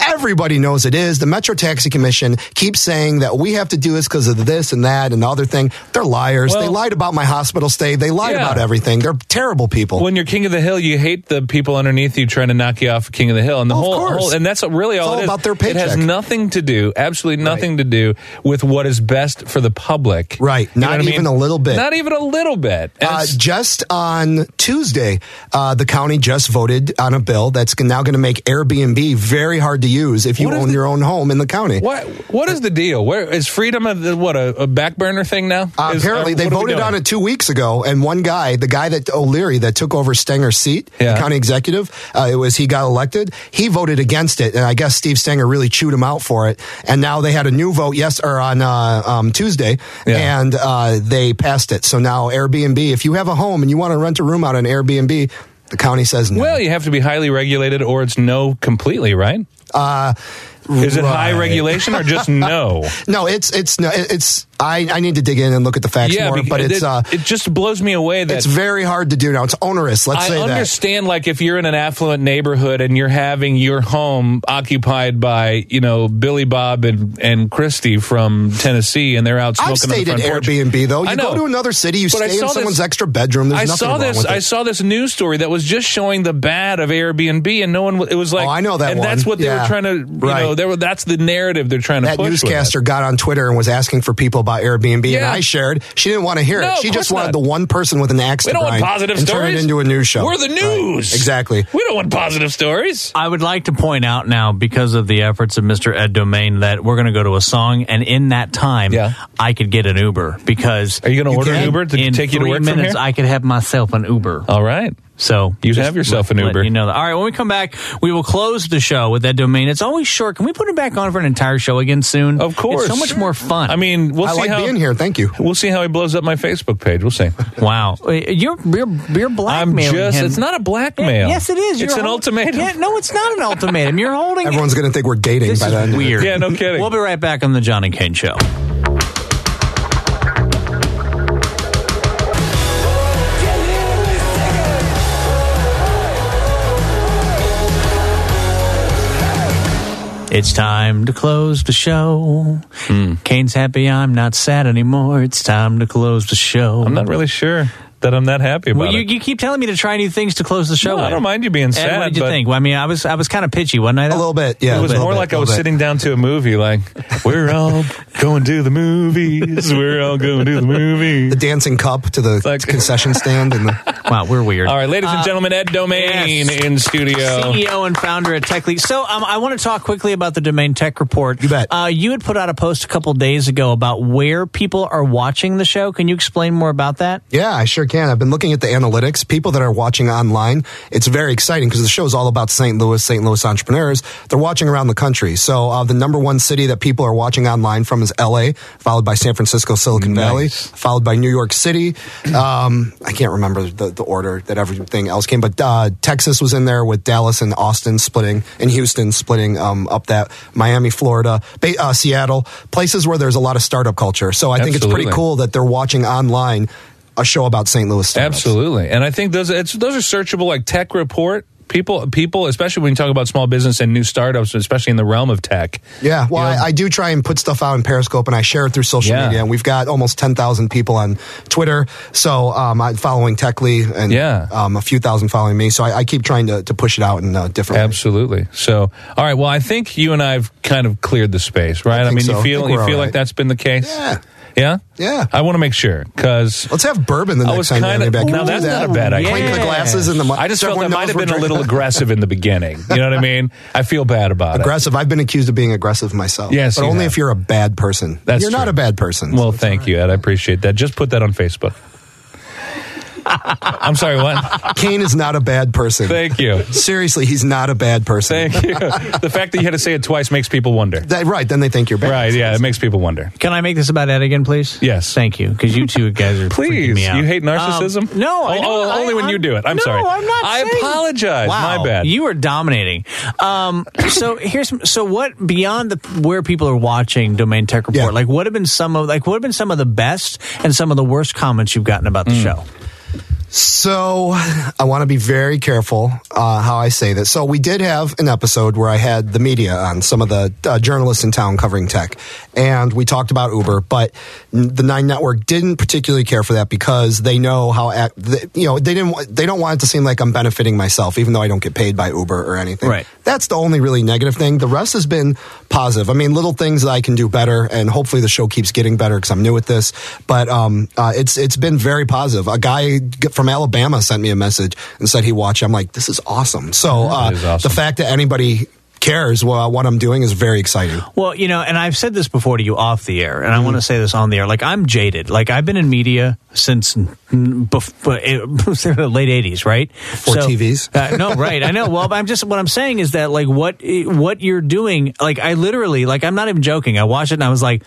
[SPEAKER 6] Everybody knows it is. The Metro Taxi Commission keeps saying that we have to do this because of this and that and the other thing. They're liars. they
[SPEAKER 3] Well-
[SPEAKER 6] lied about my hospital stay. They lied
[SPEAKER 3] Yeah.
[SPEAKER 6] about everything. They're terrible people.
[SPEAKER 3] When you're king of the hill, you hate the people underneath you trying to knock you off of king of the hill, and the
[SPEAKER 6] Oh, of
[SPEAKER 3] whole,
[SPEAKER 6] course.
[SPEAKER 3] whole- and that's really
[SPEAKER 6] It's
[SPEAKER 3] all
[SPEAKER 6] all
[SPEAKER 3] it is.
[SPEAKER 6] about their
[SPEAKER 3] It has
[SPEAKER 6] paycheck.
[SPEAKER 3] nothing to do, absolutely nothing to do with what is best for the public.
[SPEAKER 6] Right.
[SPEAKER 3] You know
[SPEAKER 6] Not
[SPEAKER 3] what I mean?
[SPEAKER 6] even a little bit.
[SPEAKER 3] Not even a little bit. And
[SPEAKER 6] Uh,
[SPEAKER 3] it's-
[SPEAKER 6] just on Tuesday, uh, the county just voted on a bill that's now going to make Airbnb very hard to use if you
[SPEAKER 3] What is
[SPEAKER 6] own
[SPEAKER 3] the-
[SPEAKER 6] your own home in the county.
[SPEAKER 3] what what is the deal? Where is freedom of the, what a, a back burner thing now?
[SPEAKER 6] Uh,
[SPEAKER 3] Is-
[SPEAKER 6] apparently,
[SPEAKER 3] or
[SPEAKER 6] they
[SPEAKER 3] what are we
[SPEAKER 6] voted
[SPEAKER 3] doing?
[SPEAKER 6] on it two weeks ago, and one guy, the guy that O'Leary that took over Stenger's seat,
[SPEAKER 3] Yeah.
[SPEAKER 6] the county executive, uh, it was he got elected. He voted against it, and I guess Steve Stenger really chewed him out for it. And now they had a new vote yes or on uh, um, Tuesday,
[SPEAKER 3] Yeah.
[SPEAKER 6] and uh, they passed it. So now Airbnb, if you have a home and you want to rent a room out on Airbnb, the county says no.
[SPEAKER 3] Well, you have to be highly regulated, or it's no completely, right? Is it high
[SPEAKER 6] Right.
[SPEAKER 3] regulation or just no?
[SPEAKER 6] No, it's it's no, it's. I, I need to dig in and look at the facts more,
[SPEAKER 3] bec-
[SPEAKER 6] but it's
[SPEAKER 3] it,
[SPEAKER 6] uh,
[SPEAKER 3] it just blows me away that
[SPEAKER 6] it's very hard to do now. It's onerous. Let's
[SPEAKER 3] I
[SPEAKER 6] say that.
[SPEAKER 3] understand. Like if you're in an affluent neighborhood and you're having your home occupied by you know Billy Bob and and Christy from Tennessee, and they're out smoking.
[SPEAKER 6] I've stayed
[SPEAKER 3] on
[SPEAKER 6] at
[SPEAKER 3] the front porch.
[SPEAKER 6] Airbnb though.
[SPEAKER 3] I
[SPEAKER 6] You go
[SPEAKER 3] know.
[SPEAKER 6] to another city, you
[SPEAKER 3] But I
[SPEAKER 6] stay in
[SPEAKER 3] saw
[SPEAKER 6] someone's
[SPEAKER 3] this-
[SPEAKER 6] extra bedroom. There's
[SPEAKER 3] I
[SPEAKER 6] nothing
[SPEAKER 3] saw
[SPEAKER 6] wrong
[SPEAKER 3] this.
[SPEAKER 6] with it.
[SPEAKER 3] I saw this news story that was just showing the bad of Airbnb, and no one. w- It was like,
[SPEAKER 6] Oh, I know that
[SPEAKER 3] and
[SPEAKER 6] one.
[SPEAKER 3] that's what they were
[SPEAKER 6] Yeah.
[SPEAKER 3] trying to. You
[SPEAKER 6] Right.
[SPEAKER 3] know, they were, that's the narrative they're trying to.
[SPEAKER 6] that
[SPEAKER 3] push with it.
[SPEAKER 6] newscaster got on Twitter and was asking for people about Airbnb, and
[SPEAKER 3] Yeah.
[SPEAKER 6] I shared. She didn't want to hear
[SPEAKER 3] No,
[SPEAKER 6] it.
[SPEAKER 3] of
[SPEAKER 6] She just
[SPEAKER 3] course
[SPEAKER 6] wanted
[SPEAKER 3] not.
[SPEAKER 6] the one person with an axe
[SPEAKER 3] We
[SPEAKER 6] to
[SPEAKER 3] don't want
[SPEAKER 6] grind
[SPEAKER 3] positive
[SPEAKER 6] and
[SPEAKER 3] stories.
[SPEAKER 6] turn it into a news show.
[SPEAKER 3] We're the
[SPEAKER 6] Right.
[SPEAKER 3] news.
[SPEAKER 6] Exactly.
[SPEAKER 3] We don't want positive stories.
[SPEAKER 2] I would like to point out now, because of the efforts of Mr. Ed Domain, that we're going to go to a song, and in that time,
[SPEAKER 3] Yeah.
[SPEAKER 2] I could get an Uber because
[SPEAKER 3] Are you going to order
[SPEAKER 6] can.
[SPEAKER 3] an Uber to
[SPEAKER 2] in
[SPEAKER 3] take you to
[SPEAKER 2] three
[SPEAKER 3] work
[SPEAKER 2] minutes,
[SPEAKER 3] from here?
[SPEAKER 2] I could have myself an Uber.
[SPEAKER 3] All right.
[SPEAKER 2] So
[SPEAKER 3] You
[SPEAKER 2] just
[SPEAKER 3] have yourself an
[SPEAKER 2] let-
[SPEAKER 3] Uber.
[SPEAKER 2] let You know that. All right. When we come back, we will close the show with that domain. It's always short. Can we put it back on for an entire show again soon?
[SPEAKER 3] Of course.
[SPEAKER 2] It's so much more fun.
[SPEAKER 3] I mean, we'll
[SPEAKER 6] I
[SPEAKER 3] see
[SPEAKER 6] like
[SPEAKER 3] how
[SPEAKER 6] being here. Thank you.
[SPEAKER 3] We'll see how he blows up my Facebook page. We'll see.
[SPEAKER 2] wow. You're you're, you're
[SPEAKER 3] I'm
[SPEAKER 2] blackmailing
[SPEAKER 3] just.
[SPEAKER 2] him.
[SPEAKER 3] It's not a blackmail.
[SPEAKER 2] Yes, it is.
[SPEAKER 3] It's
[SPEAKER 2] You're
[SPEAKER 3] an
[SPEAKER 2] hol-
[SPEAKER 3] ultimatum.
[SPEAKER 2] Yeah, no, it's not an ultimatum. You're holding.
[SPEAKER 6] Everyone's going to think we're dating
[SPEAKER 2] This
[SPEAKER 6] by the end
[SPEAKER 2] is
[SPEAKER 6] of it.
[SPEAKER 2] weird.
[SPEAKER 3] Yeah, no kidding.
[SPEAKER 2] We'll be right back on the John and Kane Show. It's time to close the show.
[SPEAKER 3] Hmm.
[SPEAKER 2] Kane's happy. I'm not sad anymore. It's time to close the show.
[SPEAKER 3] I'm not really sure. that I'm that happy about
[SPEAKER 2] Well, you,
[SPEAKER 3] it.
[SPEAKER 2] you keep telling me to try new things to close the show.
[SPEAKER 3] No, I
[SPEAKER 2] with.
[SPEAKER 3] don't mind you being
[SPEAKER 2] Ed,
[SPEAKER 3] sad,
[SPEAKER 2] What did you
[SPEAKER 3] but-
[SPEAKER 2] think? Well, I mean, I was I was kind of pitchy, wasn't I?
[SPEAKER 6] A little bit, yeah.
[SPEAKER 3] it was
[SPEAKER 6] a little
[SPEAKER 3] more
[SPEAKER 6] bit,
[SPEAKER 3] like I
[SPEAKER 6] little
[SPEAKER 3] was
[SPEAKER 6] bit.
[SPEAKER 3] sitting down to a movie, like, we're all going to the movies. We're all going to the movies.
[SPEAKER 6] the dancing cup to the
[SPEAKER 3] Like-
[SPEAKER 6] concession stand and the,
[SPEAKER 2] Wow, we're weird. Uh,
[SPEAKER 3] All right, ladies and gentlemen, Ed Domain
[SPEAKER 2] yes.
[SPEAKER 3] in studio.
[SPEAKER 2] CEO E and founder at TechLeak. So um, I want to talk quickly about the Domain Tech Report.
[SPEAKER 6] You bet.
[SPEAKER 2] Uh, you had put out a post a couple days ago about where people are watching the show. Can you explain more about that?
[SPEAKER 6] yeah i sure can i've been looking at the analytics people that are watching online it's very exciting because the show is all about st louis st louis entrepreneurs they're watching around the country so uh, the number one city that people are watching online from is la followed by san francisco silicon valley followed by new york city um, i can't remember the, the order that everything else came but uh, texas was in there with dallas and austin splitting and houston splitting um, up that miami florida Ba- uh, seattle places where there's a lot of startup culture so i think it's pretty
[SPEAKER 3] Absolutely.
[SPEAKER 6] cool people that they're watching online a show about St. Louis. startups.
[SPEAKER 3] Absolutely, and I think those it's, those are searchable, like Tech Report. People, people, especially when you talk about small business and new startups, especially in the realm of tech.
[SPEAKER 6] Yeah, well,
[SPEAKER 3] You know-
[SPEAKER 6] I, I do try and put stuff out in Periscope, and I share it through social
[SPEAKER 3] Yeah.
[SPEAKER 6] media. And we've got almost ten thousand people on Twitter, so um, I'm following Techly, and
[SPEAKER 3] Yeah.
[SPEAKER 6] um, a few thousand following me. So I, I keep trying to, to push it out in uh, different. ways.
[SPEAKER 3] Absolutely. So, all right. Well, I think you and I've kind of cleared the space, right? I,
[SPEAKER 6] think
[SPEAKER 3] mean,
[SPEAKER 6] so.
[SPEAKER 3] you
[SPEAKER 6] I
[SPEAKER 3] feel
[SPEAKER 6] think we're
[SPEAKER 3] you feel
[SPEAKER 6] all
[SPEAKER 3] like
[SPEAKER 6] right.
[SPEAKER 3] that's been the case.
[SPEAKER 6] Yeah.
[SPEAKER 3] Yeah.
[SPEAKER 6] Yeah.
[SPEAKER 3] I want to make sure because
[SPEAKER 6] Let's have bourbon the
[SPEAKER 3] I
[SPEAKER 6] next
[SPEAKER 3] was
[SPEAKER 6] time
[SPEAKER 3] kind
[SPEAKER 6] you're
[SPEAKER 3] of
[SPEAKER 6] back. Can
[SPEAKER 3] now
[SPEAKER 6] we do
[SPEAKER 3] that's
[SPEAKER 6] that?
[SPEAKER 3] not a bad idea.
[SPEAKER 6] Clink the
[SPEAKER 2] Yeah.
[SPEAKER 6] glasses and the. mic.
[SPEAKER 3] I just
[SPEAKER 6] so
[SPEAKER 3] felt that
[SPEAKER 6] everyone
[SPEAKER 3] might
[SPEAKER 6] knows
[SPEAKER 3] have
[SPEAKER 6] we're
[SPEAKER 3] been a
[SPEAKER 6] drinking.
[SPEAKER 3] little aggressive in the beginning. You know what I mean? I feel bad about it.
[SPEAKER 6] aggressive. I've been accused of being aggressive myself.
[SPEAKER 3] Yes,
[SPEAKER 6] but
[SPEAKER 3] you
[SPEAKER 6] only
[SPEAKER 3] have.
[SPEAKER 6] if you're a bad person.
[SPEAKER 3] That's
[SPEAKER 6] you're not
[SPEAKER 3] true.
[SPEAKER 6] a bad person.
[SPEAKER 3] Well, thank you, Ed. I appreciate that. Just put that on Facebook. I'm sorry, what?
[SPEAKER 6] Kane is not a bad person.
[SPEAKER 3] Thank you.
[SPEAKER 6] Seriously, he's not a bad person.
[SPEAKER 3] Thank you. The fact that you had to say it twice makes people wonder.
[SPEAKER 6] That- right, then they think you're bad.
[SPEAKER 3] Right, yeah, it makes people wonder.
[SPEAKER 2] Can I make this about Ed again, please?
[SPEAKER 3] Yes.
[SPEAKER 2] Thank you, because you two guys are freaking
[SPEAKER 3] Please,
[SPEAKER 2] me out.
[SPEAKER 3] you hate narcissism?
[SPEAKER 2] Um, no, I
[SPEAKER 3] Oh,
[SPEAKER 2] don't.
[SPEAKER 3] oh,
[SPEAKER 2] I-
[SPEAKER 3] only when
[SPEAKER 2] I'm-
[SPEAKER 3] you do it. I'm
[SPEAKER 2] no,
[SPEAKER 3] sorry.
[SPEAKER 2] I'm not.
[SPEAKER 3] I
[SPEAKER 2] saying-
[SPEAKER 3] apologize.
[SPEAKER 2] Wow,
[SPEAKER 3] My bad.
[SPEAKER 2] You are dominating. Um, so here's so what beyond the where people are watching Domain Tech Report.
[SPEAKER 6] Yeah.
[SPEAKER 2] Like what have been some of like what have been some of the best and some of the worst comments you've gotten about the
[SPEAKER 3] Mm.
[SPEAKER 2] show?
[SPEAKER 6] So I want to be very careful uh, how I say this. So we did have an episode where I had the media on, some of the uh, journalists in town covering tech, and we talked about Uber. But n- the Nine Network didn't particularly care for that because they know how ac- th- you know they didn't wa- they don't want it to seem like I'm benefiting myself, even though I don't get paid by Uber or anything.
[SPEAKER 2] Right.
[SPEAKER 6] That's the only really negative thing. The rest has been positive. I mean, little things that I can do better, and hopefully the show keeps getting better because I'm new at this. But um, uh, it's it's been very positive. A guy g- from Alabama sent me a message and said he watched. I'm like, this is awesome. So uh,
[SPEAKER 3] That is awesome.
[SPEAKER 6] the fact that anybody cares well, what I'm doing is very exciting.
[SPEAKER 2] Well, you know, and I've said this before to you off the air, and I
[SPEAKER 6] Mm.
[SPEAKER 2] want to say this on the air. Like, I'm jaded. Like, I've been in media since mm, bef- eh, the late 80s, right?
[SPEAKER 6] Before TVs.
[SPEAKER 2] uh, no, right. I know. Well, I'm just, what I'm saying is that, like, what eh, what you're doing, like, I literally, like, I'm not even joking. I watched it and I was like,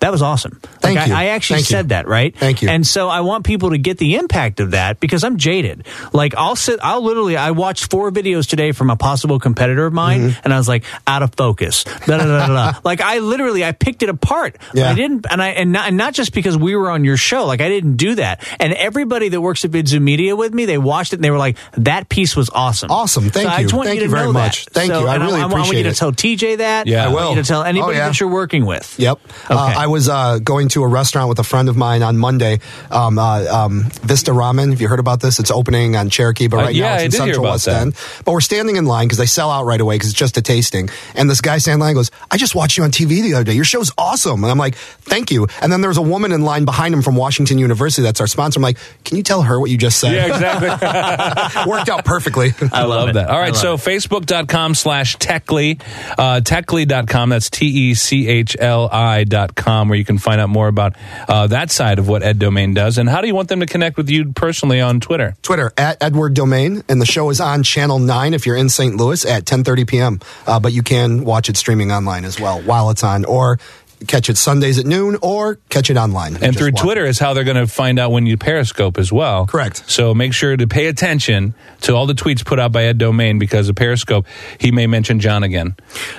[SPEAKER 2] that was awesome.
[SPEAKER 6] Thank
[SPEAKER 2] like,
[SPEAKER 6] you.
[SPEAKER 2] I, I actually
[SPEAKER 6] Thank you.
[SPEAKER 2] said that, right?
[SPEAKER 6] Thank you.
[SPEAKER 2] And so I want people to get the impact of that because I'm jaded. Like I'll sit, I'll literally, I watched four videos today from a possible competitor of mine,
[SPEAKER 6] Mm-hmm.
[SPEAKER 2] and I was like, out of focus. Da, da, da, da, da. like I literally, I picked it apart.
[SPEAKER 6] Yeah.
[SPEAKER 2] I didn't, and I and not, and not just because we were on your show. Like I didn't do that. And everybody that works at Bidzu Media with me, they watched it and they were like, that piece was awesome.
[SPEAKER 6] Awesome. Thank
[SPEAKER 2] so I just
[SPEAKER 6] you.
[SPEAKER 2] want you
[SPEAKER 6] Thank
[SPEAKER 2] to
[SPEAKER 6] you very
[SPEAKER 2] know
[SPEAKER 6] much.
[SPEAKER 2] That.
[SPEAKER 6] Thank
[SPEAKER 2] So-
[SPEAKER 6] you. I
[SPEAKER 2] and
[SPEAKER 6] really
[SPEAKER 2] I, want you
[SPEAKER 6] appreciate
[SPEAKER 2] to
[SPEAKER 6] it.
[SPEAKER 2] tell TJ that.
[SPEAKER 3] Yeah. I
[SPEAKER 2] want you
[SPEAKER 6] will.
[SPEAKER 2] to tell
[SPEAKER 6] Oh,
[SPEAKER 2] anybody
[SPEAKER 6] yeah.
[SPEAKER 2] that you're working with.
[SPEAKER 6] Yep. Uh,
[SPEAKER 2] Okay.
[SPEAKER 6] I was uh, going to a restaurant with a friend of mine on Monday, um, uh, um, Vista Ramen. Have you heard about this? It's opening on Cherokee, but
[SPEAKER 3] Uh,
[SPEAKER 6] right
[SPEAKER 3] yeah,
[SPEAKER 6] now it's
[SPEAKER 3] I
[SPEAKER 6] in
[SPEAKER 3] did hear
[SPEAKER 6] Central
[SPEAKER 3] about
[SPEAKER 6] West
[SPEAKER 3] that.
[SPEAKER 6] End. But we're standing in line because they sell out right away because it's just a tasting. And this guy standing in line goes, I just watched you on TV the other day. Your show's awesome. And I'm like, thank you. And then there was a woman in line behind him from Washington University that's our sponsor. I'm like, can you tell her what you just said?
[SPEAKER 3] yeah, exactly.
[SPEAKER 6] Worked out perfectly.
[SPEAKER 3] I love,
[SPEAKER 2] it.
[SPEAKER 3] that. All
[SPEAKER 2] I
[SPEAKER 3] right,
[SPEAKER 2] love
[SPEAKER 3] so facebook.com slash techly, uh, techly.com, that's T E C H L I dot com, where you can find out more about uh, that side of what Ed Domain does. And how do you want them to connect with you personally on Twitter?
[SPEAKER 6] Twitter at Edward Domain, and the show is on Channel Nine if you're in St. Louis at 10:30 p.m. Uh, but you can watch it streaming online as well while it's on, or catch it Sundays at noon, or catch it online
[SPEAKER 3] And through
[SPEAKER 6] Just watch
[SPEAKER 3] Twitter
[SPEAKER 6] it.
[SPEAKER 3] is how they're going to find out when you Periscope as well.
[SPEAKER 6] Correct.
[SPEAKER 3] So make sure to pay attention to all the tweets put out by Ed Domain because of Periscope, he may mention John again.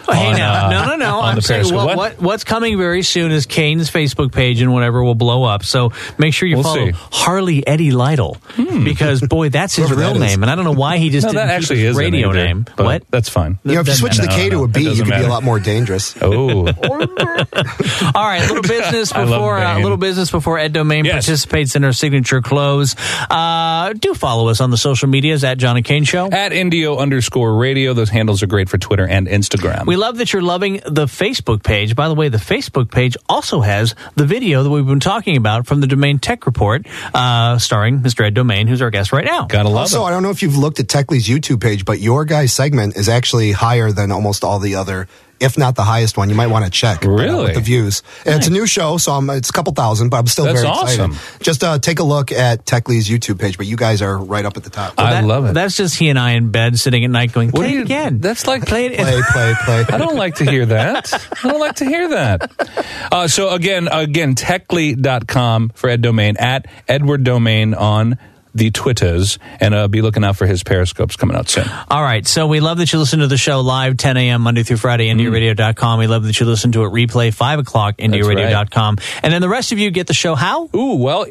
[SPEAKER 2] Oh, hey
[SPEAKER 3] on,
[SPEAKER 2] now,
[SPEAKER 3] uh,
[SPEAKER 2] no, no, no.
[SPEAKER 3] on
[SPEAKER 2] I'm
[SPEAKER 3] the
[SPEAKER 2] saying
[SPEAKER 3] Periscope.
[SPEAKER 2] what,
[SPEAKER 3] What?
[SPEAKER 2] what what's coming very soon is Kane's Facebook page and whatever will blow up. So make sure you
[SPEAKER 3] We'll
[SPEAKER 2] follow
[SPEAKER 3] see. Hmm.
[SPEAKER 2] Harley Eddie Lytle because boy, that's his
[SPEAKER 6] Whoever
[SPEAKER 2] real
[SPEAKER 6] that is.
[SPEAKER 2] name, and I don't know why he just
[SPEAKER 3] No,
[SPEAKER 2] didn't
[SPEAKER 3] that
[SPEAKER 2] keep
[SPEAKER 3] actually
[SPEAKER 2] his
[SPEAKER 3] is a
[SPEAKER 2] radio
[SPEAKER 3] major,
[SPEAKER 2] name.
[SPEAKER 3] but
[SPEAKER 2] What?
[SPEAKER 3] That's fine.
[SPEAKER 6] You know, if you
[SPEAKER 2] Doesn't
[SPEAKER 6] switch the
[SPEAKER 3] matter. No,
[SPEAKER 6] K to
[SPEAKER 3] no,
[SPEAKER 6] a
[SPEAKER 3] it
[SPEAKER 6] B, you
[SPEAKER 3] doesn't
[SPEAKER 6] could be a
[SPEAKER 3] matter.
[SPEAKER 6] lot more dangerous.
[SPEAKER 3] Oh.
[SPEAKER 2] All right, a little business
[SPEAKER 3] I love
[SPEAKER 2] before uh,
[SPEAKER 3] Bane.
[SPEAKER 2] little business before Ed Domain
[SPEAKER 3] Yes.
[SPEAKER 2] participates in her signature close. Uh, do follow us on the social medias at John and Kane Show.
[SPEAKER 3] At Indio underscore radio. Those handles are great for Twitter and Instagram.
[SPEAKER 2] We love that you're loving the Facebook page. By the way, the Facebook page also has the video that we've been talking about from the Domain Tech Report, uh, starring Mr. Ed Domain, who's our guest right now.
[SPEAKER 3] Gotta love
[SPEAKER 6] Also,
[SPEAKER 3] it.
[SPEAKER 6] I don't know if you've looked at Techly's YouTube page, but your guy's segment is actually higher than almost all the other, if not the highest one. You might want to check. uh,
[SPEAKER 3] Really?
[SPEAKER 6] with the views. And It's a new show, so I'm, it's a couple thousand, but I'm still
[SPEAKER 3] That's
[SPEAKER 6] very excited.
[SPEAKER 3] awesome.
[SPEAKER 6] Just uh, take a look at Techly's YouTube page, but you guys are right up at the top.
[SPEAKER 3] I
[SPEAKER 2] That-
[SPEAKER 3] love it.
[SPEAKER 2] That's just he and I in bed sitting at night going,
[SPEAKER 3] What
[SPEAKER 2] play
[SPEAKER 3] do
[SPEAKER 2] it
[SPEAKER 3] you-
[SPEAKER 2] again.
[SPEAKER 3] that's like-
[SPEAKER 2] play it.
[SPEAKER 6] play, play, play.
[SPEAKER 3] I don't like to hear that. I don't like to hear that. Uh, so again, again, techly.com for Ed Domain at Edward Domain on the Twitters, and uh, be looking out for his Periscopes coming out soon.
[SPEAKER 2] All right. So we love that you listen to the show live 10 a.m. Monday through
[SPEAKER 3] Mm.
[SPEAKER 2] Friday, indiaradio.com. We love that you listen to it replay 5 o'clock, indiaradio.com. And then the rest of you get the show how?
[SPEAKER 3] Ooh, well,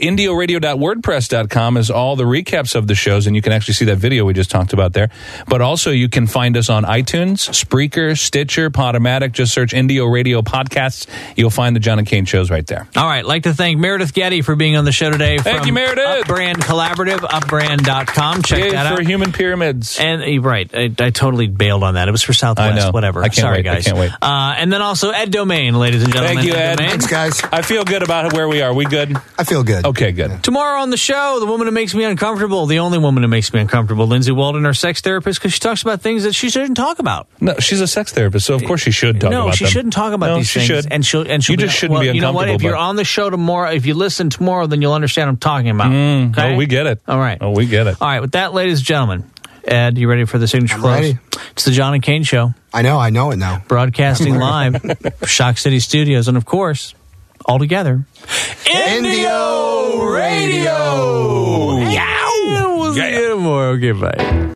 [SPEAKER 3] indioradio.wordpress.com is all the recaps of the shows, and you can actually see that video we just talked about there. But also, you can find us on iTunes, Spreaker, Stitcher, Podomatic. Just search Indio Radio Podcasts. You'll find the John and Kane shows right there.
[SPEAKER 2] All right. Like to thank Meredith Getty for being on the show today.
[SPEAKER 3] Thank
[SPEAKER 2] from
[SPEAKER 3] you, Meredith.
[SPEAKER 2] Upbrand Collaborative, upbrand.com. Check
[SPEAKER 3] Yay
[SPEAKER 2] that
[SPEAKER 3] for
[SPEAKER 2] out.
[SPEAKER 3] human pyramids.
[SPEAKER 2] And eh, right, I, I totally bailed on that. It was for Southwest,
[SPEAKER 3] know.
[SPEAKER 2] whatever.
[SPEAKER 3] I can't
[SPEAKER 2] Sorry,
[SPEAKER 3] wait. I
[SPEAKER 2] guys.
[SPEAKER 3] can't wait.
[SPEAKER 2] Uh, and then also Ed Domain, ladies and gentlemen.
[SPEAKER 3] Thank you, Ed.
[SPEAKER 2] Domain.
[SPEAKER 6] Thanks, guys.
[SPEAKER 3] I feel good about where we are. We good?
[SPEAKER 6] I feel good.
[SPEAKER 3] Okay, good.
[SPEAKER 2] Tomorrow on the show, the woman who makes me uncomfortable, the only woman who makes me uncomfortable, Lindsay Walden, our sex therapist, because she talks about things that she shouldn't talk about.
[SPEAKER 3] No, she's a sex therapist, so of course she should talk
[SPEAKER 2] no,
[SPEAKER 3] about
[SPEAKER 2] she
[SPEAKER 3] them.
[SPEAKER 2] shouldn't talk about
[SPEAKER 3] No,
[SPEAKER 2] these
[SPEAKER 3] she
[SPEAKER 2] things.
[SPEAKER 3] Should.
[SPEAKER 2] And she'll and she'll
[SPEAKER 3] you just shouldn't
[SPEAKER 2] well,
[SPEAKER 3] be
[SPEAKER 2] You know
[SPEAKER 3] uncomfortable.
[SPEAKER 2] what? If you're
[SPEAKER 3] but-
[SPEAKER 2] on the show tomorrow, if you listen tomorrow, then you'll understand what I'm talking about. okay?
[SPEAKER 3] oh, we get it.
[SPEAKER 2] All right.
[SPEAKER 3] Oh, we get it.
[SPEAKER 2] All right. With that, ladies and gentlemen, Ed, you ready for the signature
[SPEAKER 6] I'm
[SPEAKER 2] close?
[SPEAKER 6] ready.
[SPEAKER 2] It's the John and Kane show,
[SPEAKER 6] I know, I know it now.
[SPEAKER 2] broadcasting live, Shock City Studios, and of course, all together.
[SPEAKER 6] Indio Radio.
[SPEAKER 2] Yeah. We'll see you tomorrow. Okay, bye.